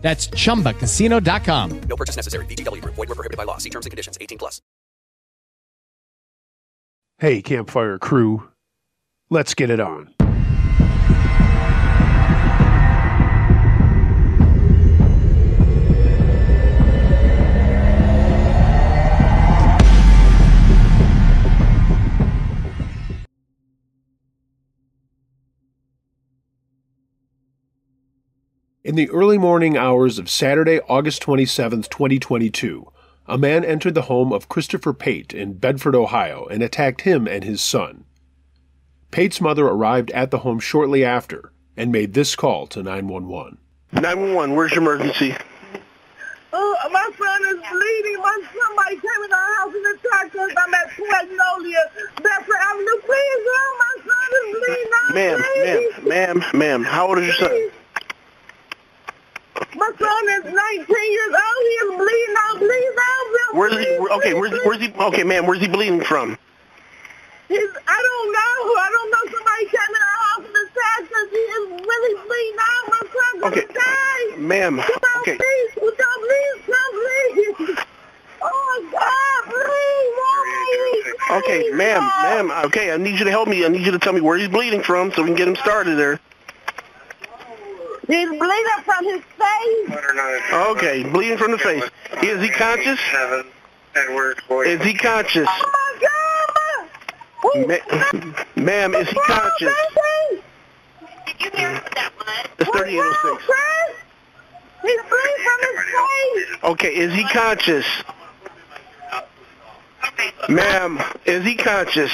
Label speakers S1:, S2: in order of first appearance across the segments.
S1: That's chumbacasino.com.
S2: No purchase necessary. VGW Group. Void were prohibited by law. See terms and conditions. 18 plus.
S3: Hey, campfire crew, let's get it on. In the early morning hours of Saturday, August 27, 2022, a man entered the home of Christopher Pate in Bedford, Ohio, and attacked him and his son. Pate's mother arrived at the home shortly after and made this call to 911.
S4: 911, where's your emergency?
S5: Oh, my son is bleeding. My somebody came in the house and attacked us. I'm at Magnolia. Bedford Avenue. Please help. My son is bleeding. I'm
S4: Ma'am, ma'am,
S5: bleeding.
S4: ma'am, ma'am, how old is your son?
S5: My son is 19 years old. He is bleeding out. Please help him.
S4: Where's he,
S5: Please,
S4: okay,
S5: please,
S4: where's he,
S5: please.
S4: where's he, okay, ma'am, where's he bleeding from?
S5: He's, I don't know. I don't know. Somebody came in the house and attacked us. He is really bleeding out. My son's
S4: Okay.
S5: gonna die.
S4: Ma'am,
S5: Come on,
S4: okay,
S5: please. Come on, please. Come, please. Oh, my God, please. Help me.
S4: okay,
S5: Please,
S4: ma'am,
S5: God.
S4: ma'am, okay, I need you to help me. I need you to tell me where he's bleeding from so we can get him started there.
S5: He's bleeding from his face.
S4: Okay, bleeding from the face. Is he conscious? Is he conscious?
S5: Oh my God! Oh,
S4: Ma- ma'am, is he
S5: oh,
S4: conscious?
S5: baby!
S6: Did you hear that one?
S4: It's
S5: What's wrong,
S4: 3806.
S5: Chris? He's bleeding from his face.
S4: Okay, is he conscious?
S6: Okay.
S4: Ma'am, is he conscious?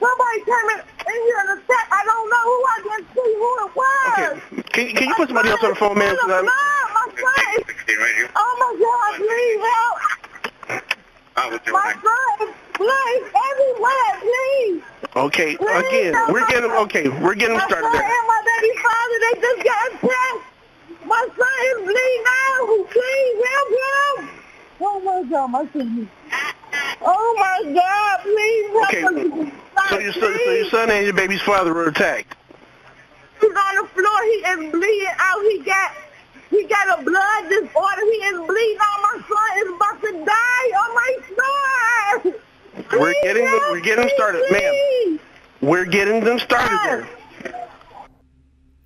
S5: Somebody came in, in here and attacked. I don't know who I didn't see who it was.
S4: Okay, can, can you put somebody else on the phone, ma'am? 'Cause
S5: My
S4: I'm-
S5: son, my son is, oh my God, please help. My son is bleeding everywhere, please.
S4: Okay, again, we're getting okay, we're getting
S5: My
S4: started
S5: son
S4: there.
S5: and my baby father, they just got attacked. My son is bleeding out. Please help him. Oh my God, my son. Oh my God, please help
S4: Okay,
S5: him.
S4: So your son, so your son and your baby's father were attacked.
S5: He's on the floor. He is bleeding out. He got he got a blood disorder. He is bleeding out. My son is about to die. Oh my God.
S4: We're
S5: Please
S4: getting them-
S5: help
S4: we're getting them
S5: me,
S4: started, ma'am.
S5: please.
S4: We're getting them started there.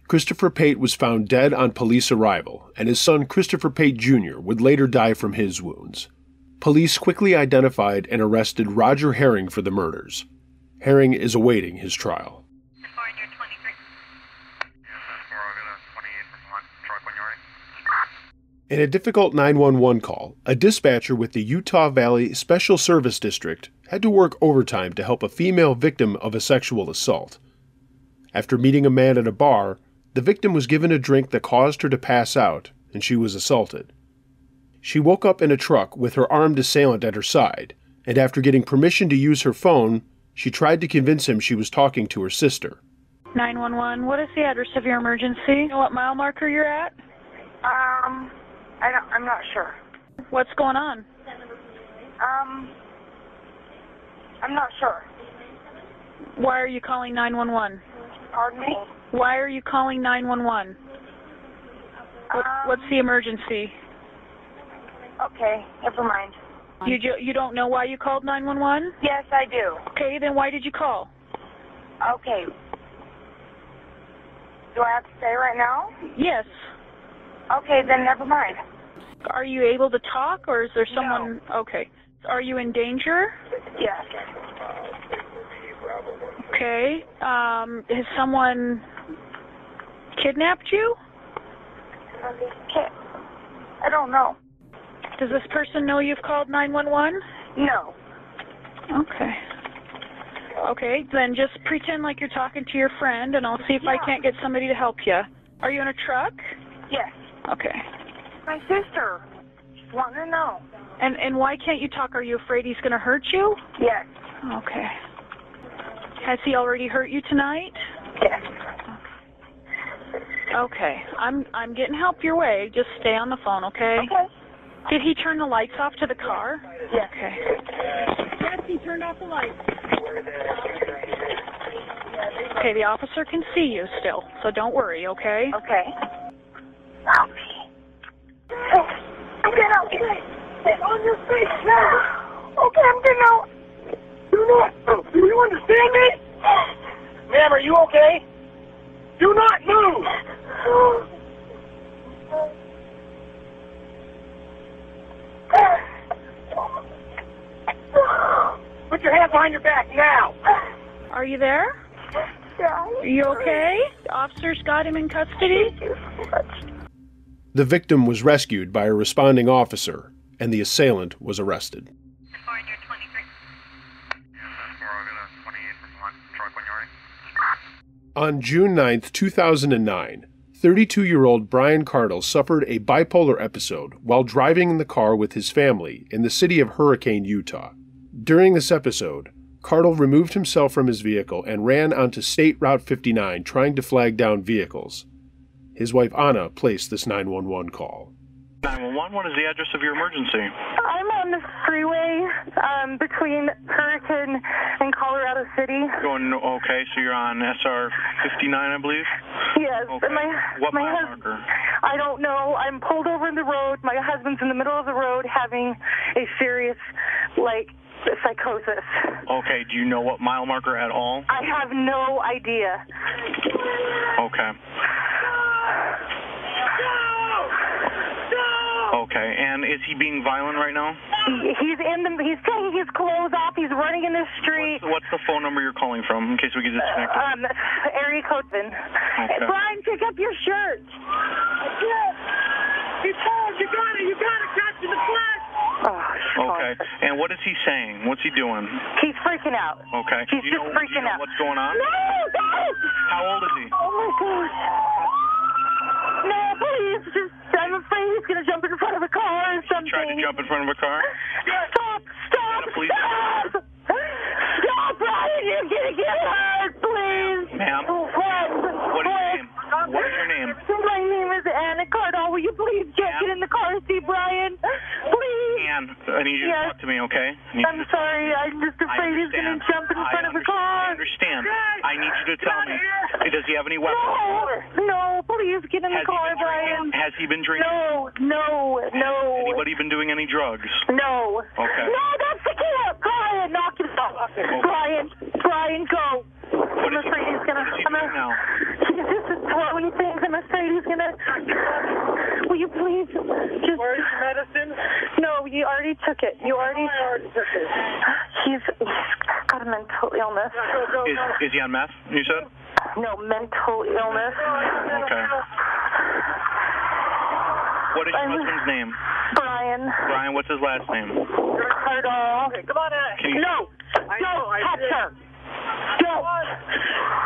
S3: Christopher Pate was found dead on police arrival, and his son Christopher Pate Jr. would later die from his wounds. Police quickly identified and arrested Roger Herring for the murders. Herring is awaiting his trial.
S6: 423.
S3: In a difficult 911 call, a dispatcher with the Utah Valley Special Service District had to work overtime to help a female victim of a sexual assault. After meeting a man at a bar, the victim was given a drink that caused her to pass out, and she was assaulted. She woke up in a truck with her armed assailant at her side, and after getting permission to use her phone, she tried to convince him she was talking to her sister.
S7: 911, what is the address of your emergency? You know what mile marker you're at?
S5: Um, I don't, I'm not sure.
S7: What's going on?
S5: Um, I'm not sure.
S7: Why are you calling 911?
S5: Pardon me?
S7: Why are you calling 911? What, what's the emergency?
S5: Um, Okay, never mind.
S7: You ju- you don't know why you called 911?
S5: Yes, I do.
S7: Okay, then why did you call?
S5: Okay. Do I have to say right now?
S7: Yes.
S5: Okay, then never mind.
S7: Are you able to talk or is there someone Okay. Are you in danger?
S5: Yes.
S7: Okay. Um has someone kidnapped you?
S5: Okay. I don't know.
S7: Does this person know you've called 911?
S5: No.
S7: Okay. Okay, then just pretend like you're talking to your friend, and I'll see if I
S5: Yeah.
S7: can't get somebody to help you. Are you in a truck?
S5: Yes.
S7: Okay.
S5: My sister. Just want to know.
S7: And and why can't you talk? Are you afraid he's going to hurt you?
S5: Yes.
S7: Okay. Has he already hurt you tonight?
S5: Yes.
S7: Okay. I'm I'm getting help your way. Just stay on the phone, okay?
S5: Okay.
S7: Did he turn the lights off to the car?
S5: Yes.
S7: Okay. Yes, he turned off the lights. Okay, the officer can see you still, so don't worry, okay?
S5: Okay. Help me. I'm getting out. Get on your face now. Okay, I'm getting out. Do not. Do you understand me? Ma'am, are you okay? Do not move. Put your hand behind your back now.
S7: Are you there? Are you okay? The officer's got him in custody?
S3: The victim was rescued by a responding officer, and the assailant was arrested.
S6: The 423.
S3: On June 9, 2009, 32 year old Brian Cardle suffered a bipolar episode while driving in the car with his family in the city of Hurricane, Utah. During this episode, Cardle removed himself from his vehicle and ran onto State Route 59 trying to flag down vehicles. His wife Anna placed this 911 call.
S8: 911, what is the address of your emergency?
S9: I'm on the freeway um, between Hurricane and Colorado City.
S8: Going, okay, so you're on SR 59, I believe?
S9: Yes,
S8: Okay.
S9: and my
S8: What
S9: my
S8: mile
S9: husband.
S8: marker?
S9: I don't know. I'm pulled over in the road. My husband's in the middle of the road having a serious, like, psychosis.
S8: Okay, do you know what mile marker at all?
S9: I have no idea.
S8: Okay, okay, and is he being violent right now?
S9: He- He's in the. He's taking his clothes off. He's running in the street.
S8: So what's the phone number you're calling from in case we get disconnected?
S9: Um, area code then. Hey, Brian, pick up your shirt.
S5: He told you got it. You got it. Got you the flag.
S9: Oh,
S8: Okay,
S9: God.
S8: and what is he saying? What's he doing?
S9: He's freaking out.
S8: Okay,
S9: He's
S8: do you
S9: just
S8: know, do
S9: freaking
S8: you know
S9: out.
S8: what's going on?
S9: No, don't!
S8: How old is he?
S9: Oh my god. No, please, just, I'm afraid he's gonna jump in front of a car or something.
S8: Tried to jump in front of a car?
S9: Stop,
S8: Is
S9: stop,
S8: that a police
S9: stop! Stop, Brian, you're gonna get hurt, please!
S8: Ma'am?
S9: Oh,
S8: What
S9: What
S8: is your name? What is your name?
S9: My name is Anna Cardall. Will you please get,
S8: Ma'am?
S9: get in the car and see Brian? Please!
S8: Ann, I need you to
S9: Yes.
S8: talk to me, okay? I need you
S9: I'm
S8: to-
S9: sorry, I'm just
S8: I
S9: afraid he's gonna
S8: understand.
S9: jump in
S8: I
S9: front of a
S8: understand. I
S9: car.
S8: understand. I need you to
S9: Get
S8: tell
S9: out
S8: me.
S9: of here.
S8: Does he have any weapons?
S9: No, no, please get in
S8: Has he
S9: the car,
S8: been
S9: Brian.
S8: drinking? Has he been drinking?
S9: No, no, no.
S8: Anybody been doing any drugs?
S9: No.
S8: Okay.
S9: No, that's the killer. Brian, knock him out. Brian, Brian, go.
S8: What
S9: I'm
S8: is he
S9: afraid
S8: doing?
S9: he's gonna.
S8: What is he
S9: I'm
S8: doing
S9: gonna-
S8: now?
S9: He's just throwing things. I'm afraid he's gonna. Will you please just?
S5: Where's your medicine?
S9: No, you already took it. You already. He's, he's got a mental illness.
S8: Is, is he on meth? You said?
S9: No, mental illness.
S8: Okay. What is your
S9: I'm-
S8: husband's name?
S9: Brian.
S8: Brian, what's his last name?
S9: Cardall.
S5: Come on, Anna.
S8: Can you-
S9: No.
S5: I know, I
S9: Don't touch
S5: did.
S9: her. Don't.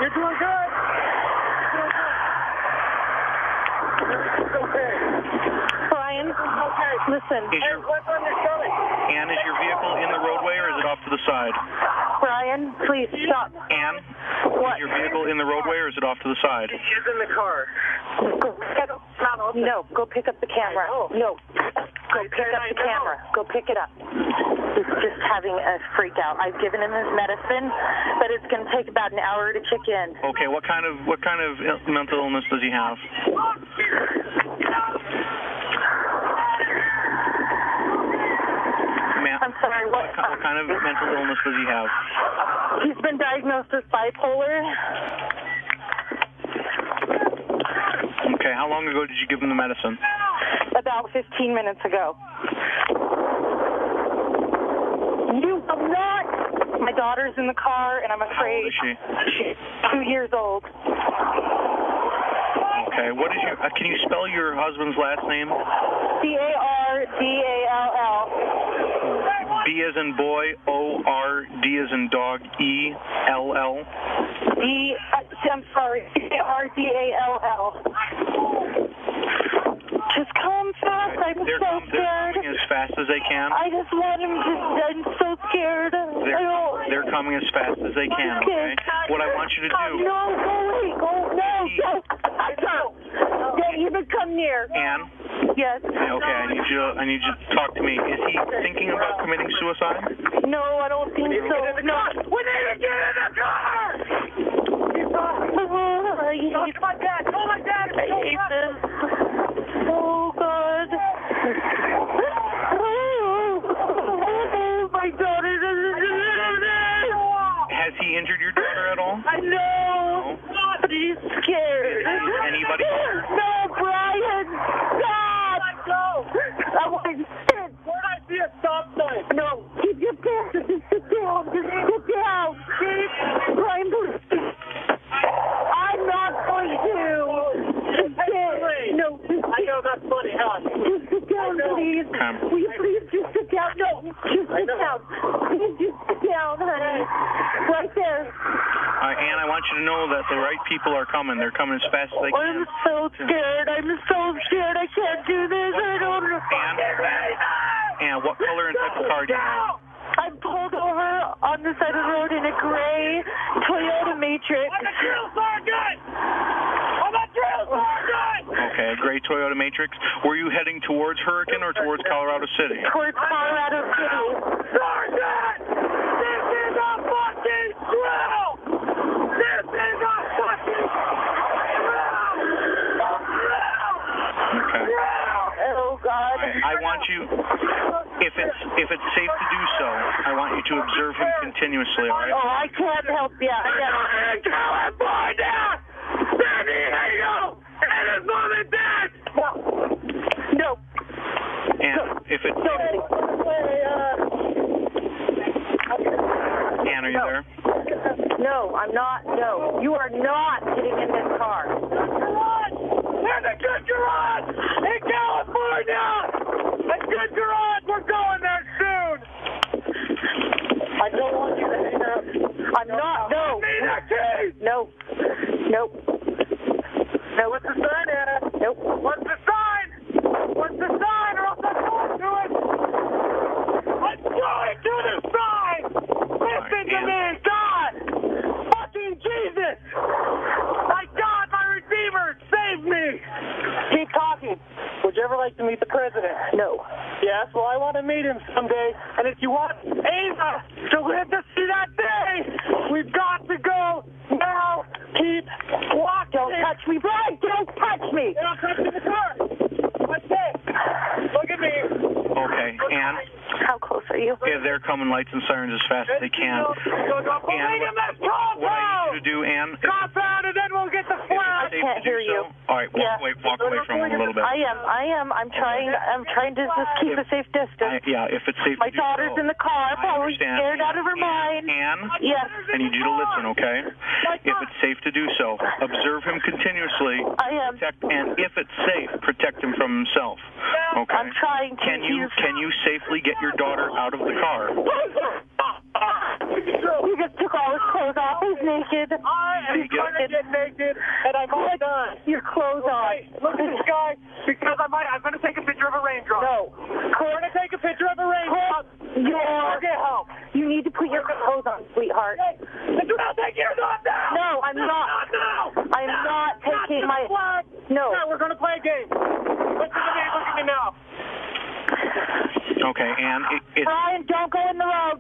S5: You're doing good. Everything's okay.
S9: Brian,
S5: Okay.
S9: listen.
S8: Is your,
S5: What's on your stomach?
S8: Ann, is your vehicle in the roadway or is it off to the side?
S9: Brian, please stop.
S8: Ann,
S9: What?
S8: is your vehicle in the roadway or is it off to the side?
S5: She's in the car.
S9: Go pick up, Oh. no, go pick up the camera. No, go pick up the camera. Go pick it up. He's just having a freak out. I've given him his medicine, but it's going to take about an hour to kick in.
S8: Okay, what kind of what kind of il- mental illness does he have? Ma'am,
S9: I'm sorry, what?
S8: what ki- what kind of mental illness does he have?
S9: He's been diagnosed with bipolar.
S8: Okay, how long ago did you give him the medicine?
S9: about 15 minutes ago. You will not. My daughter's in the car, and I'm
S8: How
S9: afraid.
S8: old is she?
S9: She's two years old.
S8: Okay, what is your? Uh, can you spell your husband's last name?
S9: C A R D A L L.
S8: B as in boy, O R D as in dog, E L L.
S9: D. uh, I'm sorry. C A R D A L L. Just calm back. I'm
S8: They're,
S9: so
S8: com- they're
S9: scared.
S8: coming as fast as they can.
S9: I just want him to. I'm so scared. I
S8: They're,
S9: don't.
S8: they're coming as fast as they can, okay? What I want you to
S9: Oh,
S8: do,
S9: no, go away. Go. No, no. I don't. Don't even come near.
S8: Anne,
S9: Yes.
S8: okay, I need you, I need you to talk to me. Is he thinking about committing suicide?
S9: No, I don't think so. No. We need to get in the car! I hate Talk to my dad. Call my dad. I hate this. Oh, God. Oh, my daughter doesn't deserve this.
S8: Has he injured your daughter at all?
S9: I know. But he's scared.
S8: Is anybody-
S9: No, Brian. Stop. I want to sit. Where'd I see a stop sign? No. Keep your pants. Just sit down. Just sit down. Brian, please. I'm not going to. Just sit. No. I know that's funny, huh? Just sit down, please.
S8: Okay.
S9: Will you please just sit down? No, just sit down. Please just sit down, honey. Right there.
S8: Uh, Anne, I want you to know that the right people are coming. They're coming as fast as they
S9: I'm
S8: can.
S9: so scared. I'm so scared. I can't do this. I don't know.
S8: Anne, what color and type of car do you have?
S9: I'm pulled over on the side of the road in a gray Toyota Matrix.
S4: Oh,
S8: Okay, a gray Toyota Matrix. Were you heading towards Hurricane or towards Colorado City?
S9: Towards Colorado City.
S4: Sergeant! This is a fucking drill! This is a fucking drill!
S8: Okay.
S9: Oh, God.
S8: I, I want you, if it's if it's safe to do so, I want you to observe him continuously. All
S9: Oh,
S8: right?
S9: I can't help you. I can't.
S4: California! San Diego! And his mom and dad!
S9: No. No.
S8: And if it's Anne, are you there?
S9: No, I'm not. No, you are not getting in this car.
S4: There's a good garage in California! A good garage! We're going there soon!
S9: I don't want you to hang up. I'm not. No.
S4: Need a key!
S9: No. Nope. No. What's the sign, Anna? Nope. What's the sign? What's the sign? Or else I'm going to it.
S4: I'm going to the side! Listen to me! God! Fucking Jesus! My God, my Redeemer, save me!
S9: Keep talking. Would you ever like to meet the president? No. Yes, well, I want to meet him someday. And if you want Ava to live to see that day, we've got to go now. Keep walking. Don't touch me, Brian. Don't touch me.
S4: Now come to the car! What's it? Look at me!
S8: Okay, Anne.
S9: How close are you?
S8: Yeah, they're coming lights and sirens as fast as they can.
S4: Believe him, let's calm
S8: What I
S4: down!
S8: need you to do, Anne, if
S4: Cop out and then we'll get the
S9: I
S8: it's
S4: flag!
S8: safe
S9: can't
S8: to do
S9: hear you.
S8: so, all right, walk
S9: Yeah.
S8: away, walk away from him a little bit.
S9: I am. I am. I'm trying. I'm trying to just keep a safe
S8: I-
S9: distance.
S8: yeah, if it's safe
S9: My
S8: to do so.
S9: daughter's in the car,
S8: I
S9: probably
S8: understand.
S9: scared out of her mind.
S8: Anne,
S9: Yes.
S8: I need you to listen, okay? If it's safe to do so, observe him continuously.
S9: I am.
S8: Protect, and if it's safe, protect him from himself. Okay.
S9: I'm trying to.
S8: Can you
S9: use-
S8: can you safely get your daughter out of the car?
S9: He just took all his clothes off. He's naked.
S4: I am
S8: He's
S4: going to
S9: naked.
S4: get naked, and I'm all done.
S9: Your clothes on.
S4: Hey, look at this guy, because I might, I'm going to take a picture of a raindrop.
S9: No.
S4: I'm going to take a picture of a raindrop.
S9: Your,
S4: Get help.
S9: you need to put your clothes on, sweetheart.
S4: Hey, Mr. Bell, take yours off now.
S9: No, I'm not.
S4: Not now.
S9: I'm not
S4: to
S9: taking
S4: the
S9: my-
S4: flag.
S9: No.
S4: Yeah, we're going to play a game. Listen to me, look at me now.
S8: Okay, Anne. It, it's
S9: Brian, don't go in the road.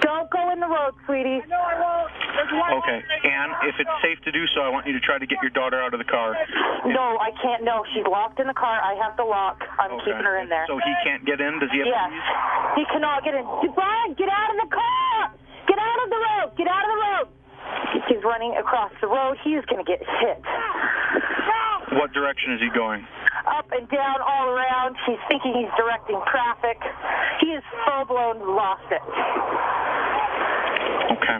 S9: Don't go in the road, sweetie.
S4: No, I won't. There's one
S8: okay, Anne. If it's safe to do so, I want you to try to get your daughter out of the car.
S9: No, I can't. No, she's locked in the car. I have the lock. I'm
S8: Okay.
S9: keeping her in there.
S8: So he can't get in. Does he have
S9: Yes.
S8: keys?
S9: He cannot get in. Brian, get out of the car! Get out of the road! Get out of the road! He's running across the road. He's going to get hit.
S8: What direction is he going?
S9: Up and down, all around. He's thinking he's directing traffic. He is full blown lost it.
S8: Okay.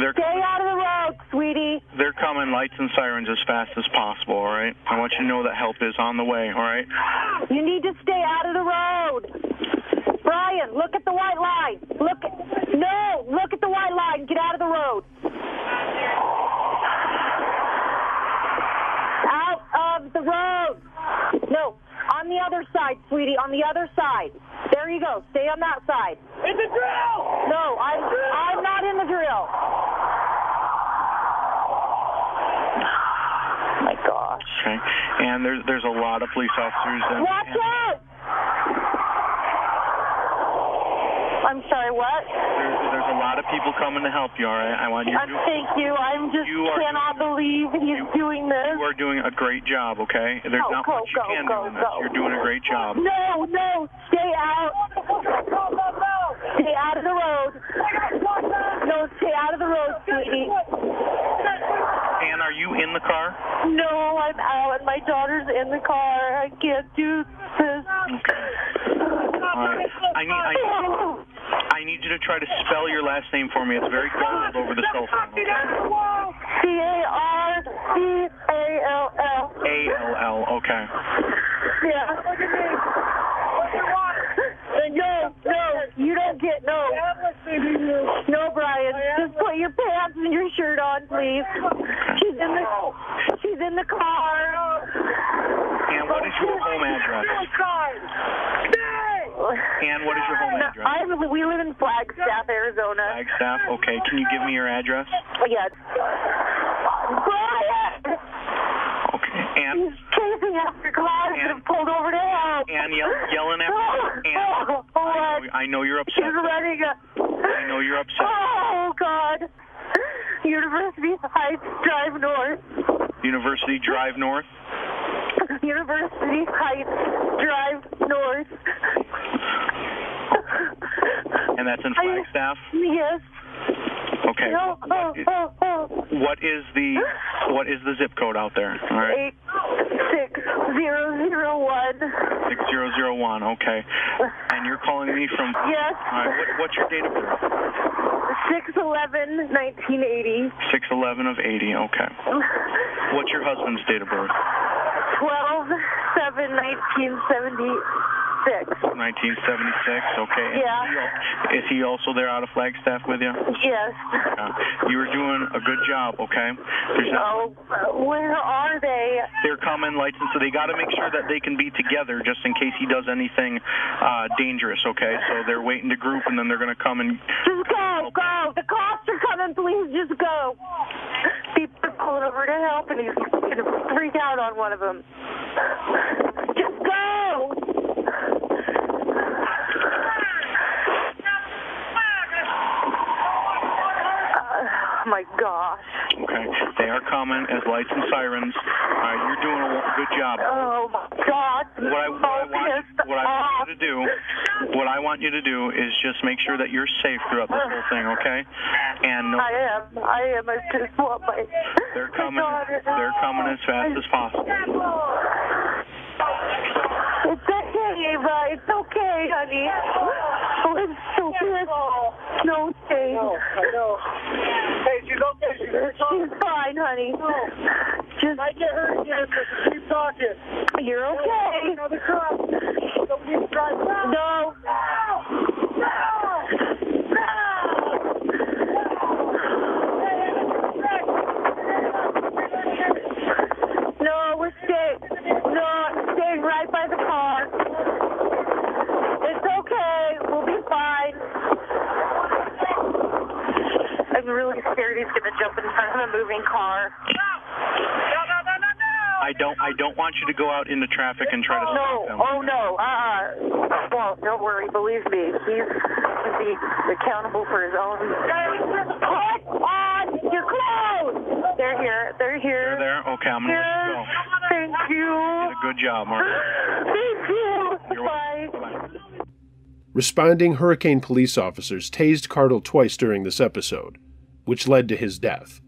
S8: They're
S9: Stay out of the road, sweetie.
S8: they're coming lights and sirens as fast as possible. All right. I want you to know that help is on the way. All right.
S9: You need to stay out of the road. Brian, look at the white line. Look. No, look at the white line. Get out of the road. Out of the road. side, sweetie. On the other side. There you go. Stay on that side.
S4: It's a drill!
S9: No, I'm I'm not in the drill. Oh Oh my gosh.
S8: Okay. And there's there's a lot of police officers. That,
S9: Watch out! I'm sorry, what?
S8: There's, there's a lot of people coming to help you. All right. I want you.
S9: I'm,
S8: You
S9: Uh, thank you. I'm just
S8: You are-
S9: cannot believe he's doing this.
S8: are doing a great job. Okay. There's
S9: Go,
S8: not
S9: go,
S8: much you
S9: go,
S8: can
S9: go,
S8: do in this.
S9: go.
S8: You're doing a great job.
S9: No, no, stay out. Stay out of the road. No, stay out of the road, sweetie.
S8: And are you in the car?
S9: No, I'm out. My daughter's in the car. I can't do this.
S8: All right. I need I, I need you to try to spell your last name for me. It's very garbled over the cell phone. Okay?
S9: C A R C A L L.
S8: A L L. Okay.
S9: Yeah. Look at me. No, no, you don't get no. No, Brian, just put your pants and your shirt on, please. She's in the she's in the car.
S8: And what is your home address? And what is your home
S9: No,
S8: address?
S9: I we live in Flagstaff, Arizona.
S8: Flagstaff. Okay. Can you give me your address?
S9: Yeah. Brian,
S8: Okay. And
S9: he's chasing after cars that have pulled over to help.
S8: and yell, yelling at me. And
S9: Oh, what?
S8: I know you're
S9: She's
S8: upset.
S9: running a.
S8: I know you're upset.
S9: Oh God! University Heights Drive North.
S8: University Drive North.
S9: University Heights Drive North.
S8: And that's in
S9: I-
S8: Flagstaff.
S9: Yes.
S8: Okay.
S9: No. Oh, oh, oh.
S8: What is the what is the zip code out there? All right.
S9: Eight six zero zero one.
S8: Six zero zero one. Okay. And you're calling me from.
S9: Yes.
S8: All right. What, what's your date of birth?
S9: Six eleven nineteen eighty.
S8: Six eleven of eighty. Okay. What's your husband's date of birth?
S9: Twelve seven nineteen seventy six.
S8: Nineteen seventy six. Okay. And
S9: Yeah.
S8: he al- Is he also there out of Flagstaff with you?
S9: Yes.
S8: Uh, you were doing a good job. Okay. There's not
S9: Oh, where are they?
S8: their common license, so they got to make sure that they can be together just in case he does anything uh, dangerous. Okay, so they're waiting to group, and then they're gonna come and.
S9: Just go, go. The cops are coming. Please just go. People are pulling over to help, and he's gonna freak out on one of them. Just go. Oh my gosh.
S8: Okay, they are coming as lights and sirens. All right, you're doing a wo- good job.
S9: Oh my god.
S8: What I, what I
S9: so
S8: want,
S9: pissed
S8: what I want
S9: off.
S8: you to do, what I want you to do is just make sure that you're safe throughout this whole thing. Okay, and no,
S9: I am. I am. I just want my.
S8: they're
S9: my
S8: coming.
S9: daughter.
S8: They're coming as fast as possible.
S9: It's okay, Ava. It's okay, honey. Oh, I'm so pissed. No, okay.
S4: Hey, she's okay. She's here
S9: She's fine, honey. Just,
S4: I get her again, but keep talking.
S9: you're okay.
S4: Another truck. Don't keep driving.
S9: No. No, we're staying. No, I'm staying right by the car. It's okay. We'll be fine. I'm really scared he's gonna jump in front of a moving car.
S8: I don't. I don't want you to go out into traffic and try to
S9: No,
S8: stop them.
S9: oh no, uh-uh. Well, don't worry, believe me, he's he's accountable for his own. Put on your clothes! They're here, they're
S8: They're
S9: here.
S8: there. Okay, I'm gonna let you go.
S9: Yes, thank
S8: Did
S9: you.
S8: a good job, Mark.
S9: Thank you.
S8: You're
S9: Bye.
S8: welcome. Bye-bye.
S3: Responding hurricane police officers tased Cardle twice during this episode, which led to his death.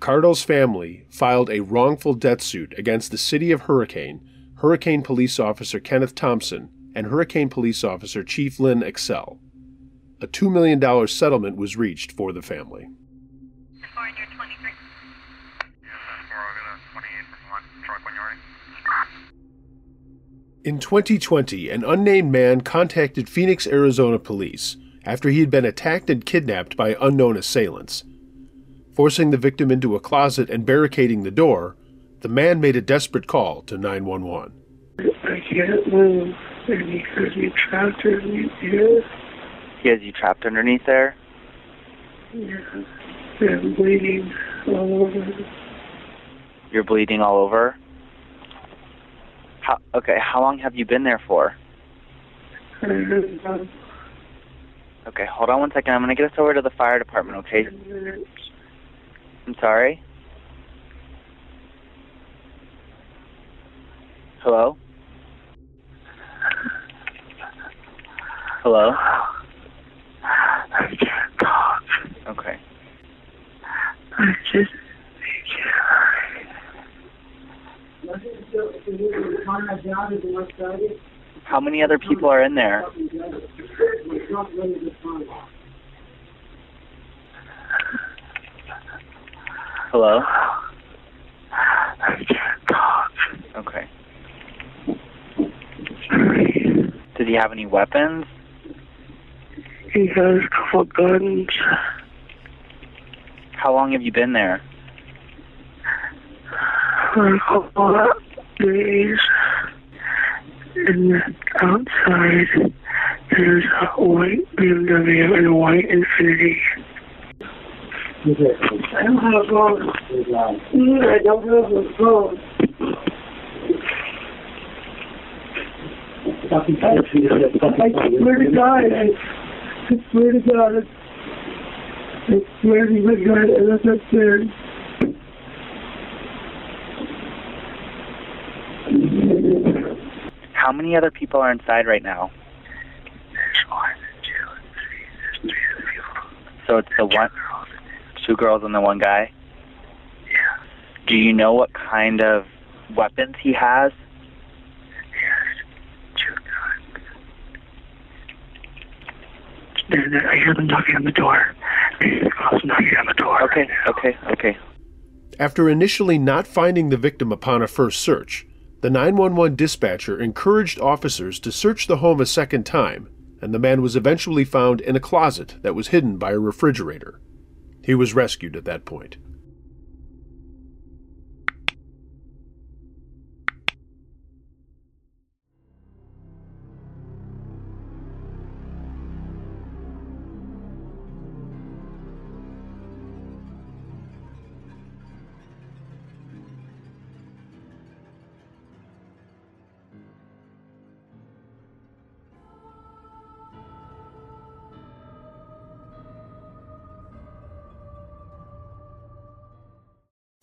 S3: Cardle's family filed a wrongful death suit against the city of Hurricane, Hurricane Police Officer Kenneth Thompson, and Hurricane Police Officer Chief Lynn Excel. A $2 million settlement was reached for the family.
S6: 423.
S3: In 2020, an unnamed man contacted Phoenix, Arizona police after he had been attacked and kidnapped by unknown assailants. Forcing the victim into a closet and barricading the door, the man made a desperate call to 911.
S4: I can't move.
S10: And he says you trapped underneath here.
S9: He has you trapped underneath there?
S10: Yeah. And bleeding all over.
S9: You're bleeding all over? How, okay, how long have you been there for?
S10: And, um,
S9: Okay, hold on one second. I'm going to get us over to the fire department, okay? I'm sorry? Hello? Hello?
S10: I can't talk.
S9: Okay.
S10: I just.
S9: How many other people are in there? Hello?
S10: I can't talk.
S9: Okay. Did he have any weapons?
S10: He has a couple guns.
S9: How long have you been there?
S10: For a couple of days. And outside, there's a white BMW and a white Infinity. I don't have a phone. Mm, I don't have a phone. I, I swear to God, I, I swear to God, I swear to my God, I left that there.
S9: How many other people are inside right now? So it's the one, two girls and the one guy. Yeah. Do you know what kind of weapons he has?
S10: There, there, I hear them knocking on the door. The cops knocking on the door.
S9: Okay, okay, okay.
S3: After initially not finding the victim upon a first search, the 911 dispatcher encouraged officers to search the home a second time, and the man was eventually found in a closet that was hidden by a refrigerator. He was rescued at that point.